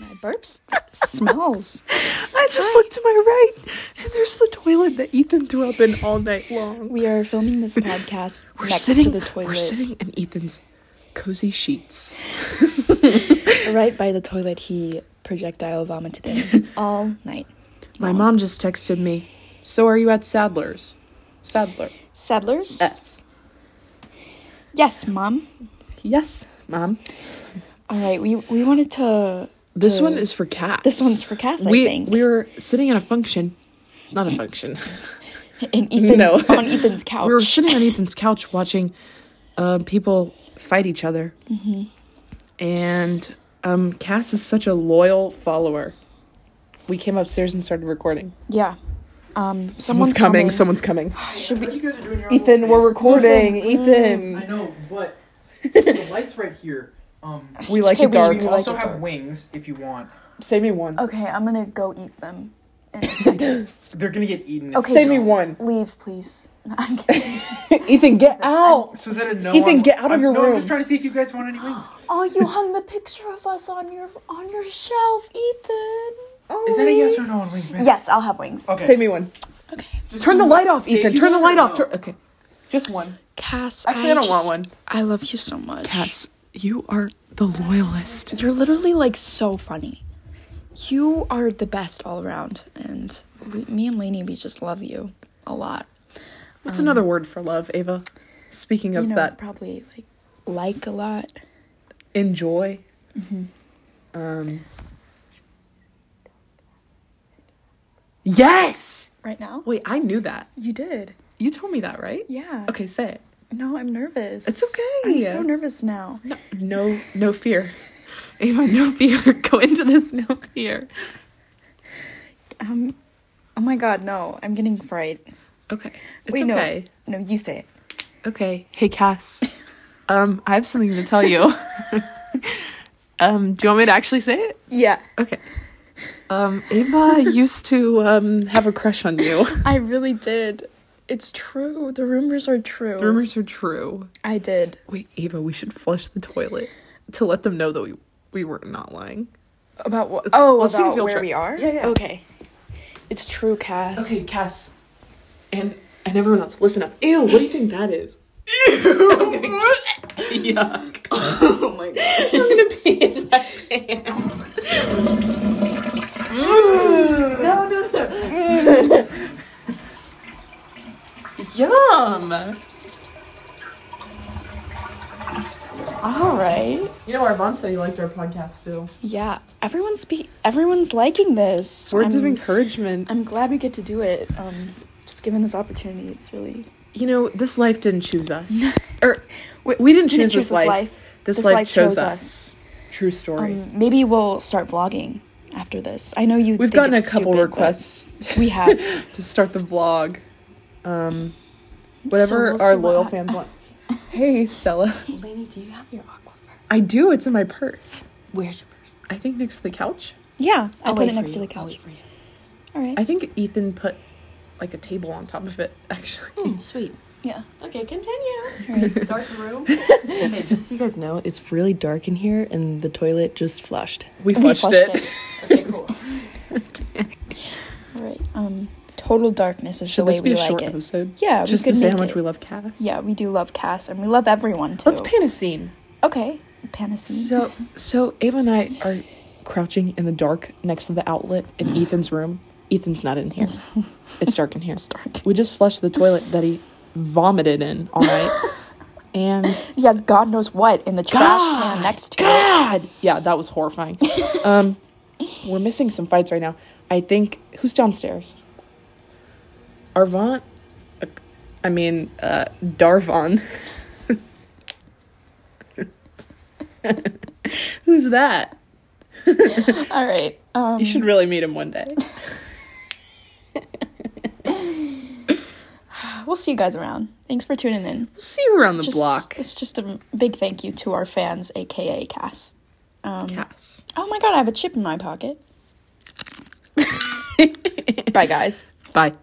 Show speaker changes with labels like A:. A: My burps smells.
B: I just looked to my right, and there's the toilet that Ethan threw up in all night long.
A: We are filming this podcast
B: We're
A: next
B: sitting.
A: to the toilet,
B: We're sitting in Ethan's cozy sheets.
A: right by the toilet. He projectile vomited in all night.
B: My mom just texted me. So are you at Sadler's? Sadler.
A: Saddlers.
B: S.
A: Yes, mom.
B: Yes, mom.
A: All right, we we wanted to.
B: This
A: to-
B: one is for Cass.
A: This one's for Cass, I
B: we,
A: think.
B: We were sitting at a function. Not a function.
A: in Ethan's
B: No.
A: on Ethan's couch.
B: we were sitting on Ethan's couch watching uh, people fight each other. And um, Cass is such a loyal follower. We came upstairs and started recording.
A: yeah. Um.
B: Someone's
A: Someone's
B: coming, someone's coming.
A: Should
C: What
A: we?
C: you guys are doing your own
B: Ethan,
C: little
B: we're
C: thing.
B: recording. Ethan.
C: I know, but the light's right here. Um,
B: We
A: It's
B: like
A: okay,
B: it dark.
A: we-
C: you
A: like
C: also
A: it
C: have
B: dark.
C: wings if you want.
B: Say me one.
A: Okay, I'm gonna go eat them in a second.
C: They're gonna get eaten. if
A: Okay.
C: you
B: Say me
C: don't.
B: one.
A: Leave, please. No, I'm kidding.
B: Ethan, get out.
C: So is that a no?
B: Ethan,
C: on-
B: get out of
C: I'm-
B: your
C: no, I'm
B: room.
C: just trying to see if you guys want any wings.
A: oh, you hung the picture of us on your on your shelf, Ethan.
C: Is that a yes or no on wings, man?
A: Yes, I'll have wings.
C: Okay.
B: Say me one.
A: Okay.
C: Just
B: Turn the light off,
C: say if
B: Ethan.
C: you
B: Turn the
C: want
B: light
C: or
B: off.
C: no.
B: Turn- okay. Just one.
A: Cass,
B: Actually, I don't want one.
A: I love you so much.
B: Cass, you are the loyalist.
A: You're literally like so funny. You are the best all around, and we, me and Lainey, we just love you a lot.
B: What's another word for love, Ava? Speaking of
A: you know,
B: that,
A: probably like like a lot.
B: enjoy. Um. Yes.
A: Right now,
B: Wait, I knew that.
A: you did.
B: You told me that, right?
A: Yeah.
B: Okay, say it.
A: No, I'm nervous.
B: It's okay.
A: I'm so nervous now.
B: No, no, no fear. Ava, no fear. Go into this, no fear.
A: Um, oh my God, no, I'm getting fright.
B: Okay, it's
A: Wait, no.
B: okay.
A: No, you say it.
B: Okay, hey Cass. um, I have something to tell you. um, do you want me to actually say it?
A: Yeah.
B: Okay. Um, Ava used to um have a crush on you.
A: I really did. It's true. The rumors are true.
B: The rumors are true.
A: I did.
B: Wait, Ava, we should flush the toilet to let them know that we we were not lying.
A: About what? Oh,
B: let's do a
A: about
B: field
A: where
B: trip.
A: we are?
B: Yeah, yeah.
A: Okay. It's true, Cass.
B: Oh, Cass, and and everyone else, listen up. Ew, what do you think that is? Ew. Yuck. Oh my god. I'm gonna pee in my pants. no, no, no. Yum.
A: All right.
B: You know, our mom said you liked our podcast too.
A: Yeah. Everyone's be- everyone's liking this.
B: Words
A: I'm,
B: of encouragement.
A: I'm glad we get to do it. Um, just given this opportunity, it's really
B: You know, this life didn't choose us. or we, we didn't
A: we didn't
B: choose this life. This, life, chose, us. True story.
A: Um, maybe we'll start vlogging after this. I know you.
B: We've
A: think
B: gotten a
A: it's
B: couple
A: stupid, but
B: requests
A: We have.
B: to start the vlog. Um, whatever
A: we'll
B: our
A: see what
B: loyal
A: hap-
B: fans want. hey, Stella.
D: Lainey, do you have your aquifer?
B: I do. It's in my purse.
D: Where's your purse?
B: I think next to the couch.
A: Yeah, I
D: I'll
A: put
D: wait
A: it
D: for
A: next to
D: you.
A: the
D: I'll
A: couch.
D: wait for you.
A: All right.
B: I think Ethan put like a table on top of it. Actually,
D: Hmm, sweet.
A: yeah.
D: Okay, continue. Dark room. okay, just so you guys know, it's really dark in here, and the toilet just flushed.
B: we
A: We
B: flushed,
A: flushed
B: it.
A: it. All right. Um, total darkness is
B: Should
A: the way
B: this be
A: we
B: a
A: like
B: short
A: it.
B: episode?
A: Yeah, we
B: just to
A: could
B: say how
A: make
B: much
A: it.
B: we love Cass.
A: Yeah, we do love Cass, and we love everyone too.
B: Let's paint a scene.
A: Okay, Panacea.
B: So, so Ava and I are crouching in the dark next to the outlet in Ethan's room. Ethan's not in here. It's dark in here. It's dark. We just flushed the toilet that he vomited in all night. and
A: He has God knows what in the trash can next to it.
B: God, yeah, that was horrifying. um, we're missing some fights right now. I think who's downstairs? Arvant. Uh, I mean, uh, Darvon. who's that?
A: All right. Um,
B: You should really meet him one day.
A: we'll see you guys around. Thanks for tuning in.
B: We'll see you around the
A: Just-
B: block,
A: It's just a big thank you to our fans, aka Cass.
B: Cass.
A: Oh my God, I have a chip in my pocket. Bye, guys.
B: Bye.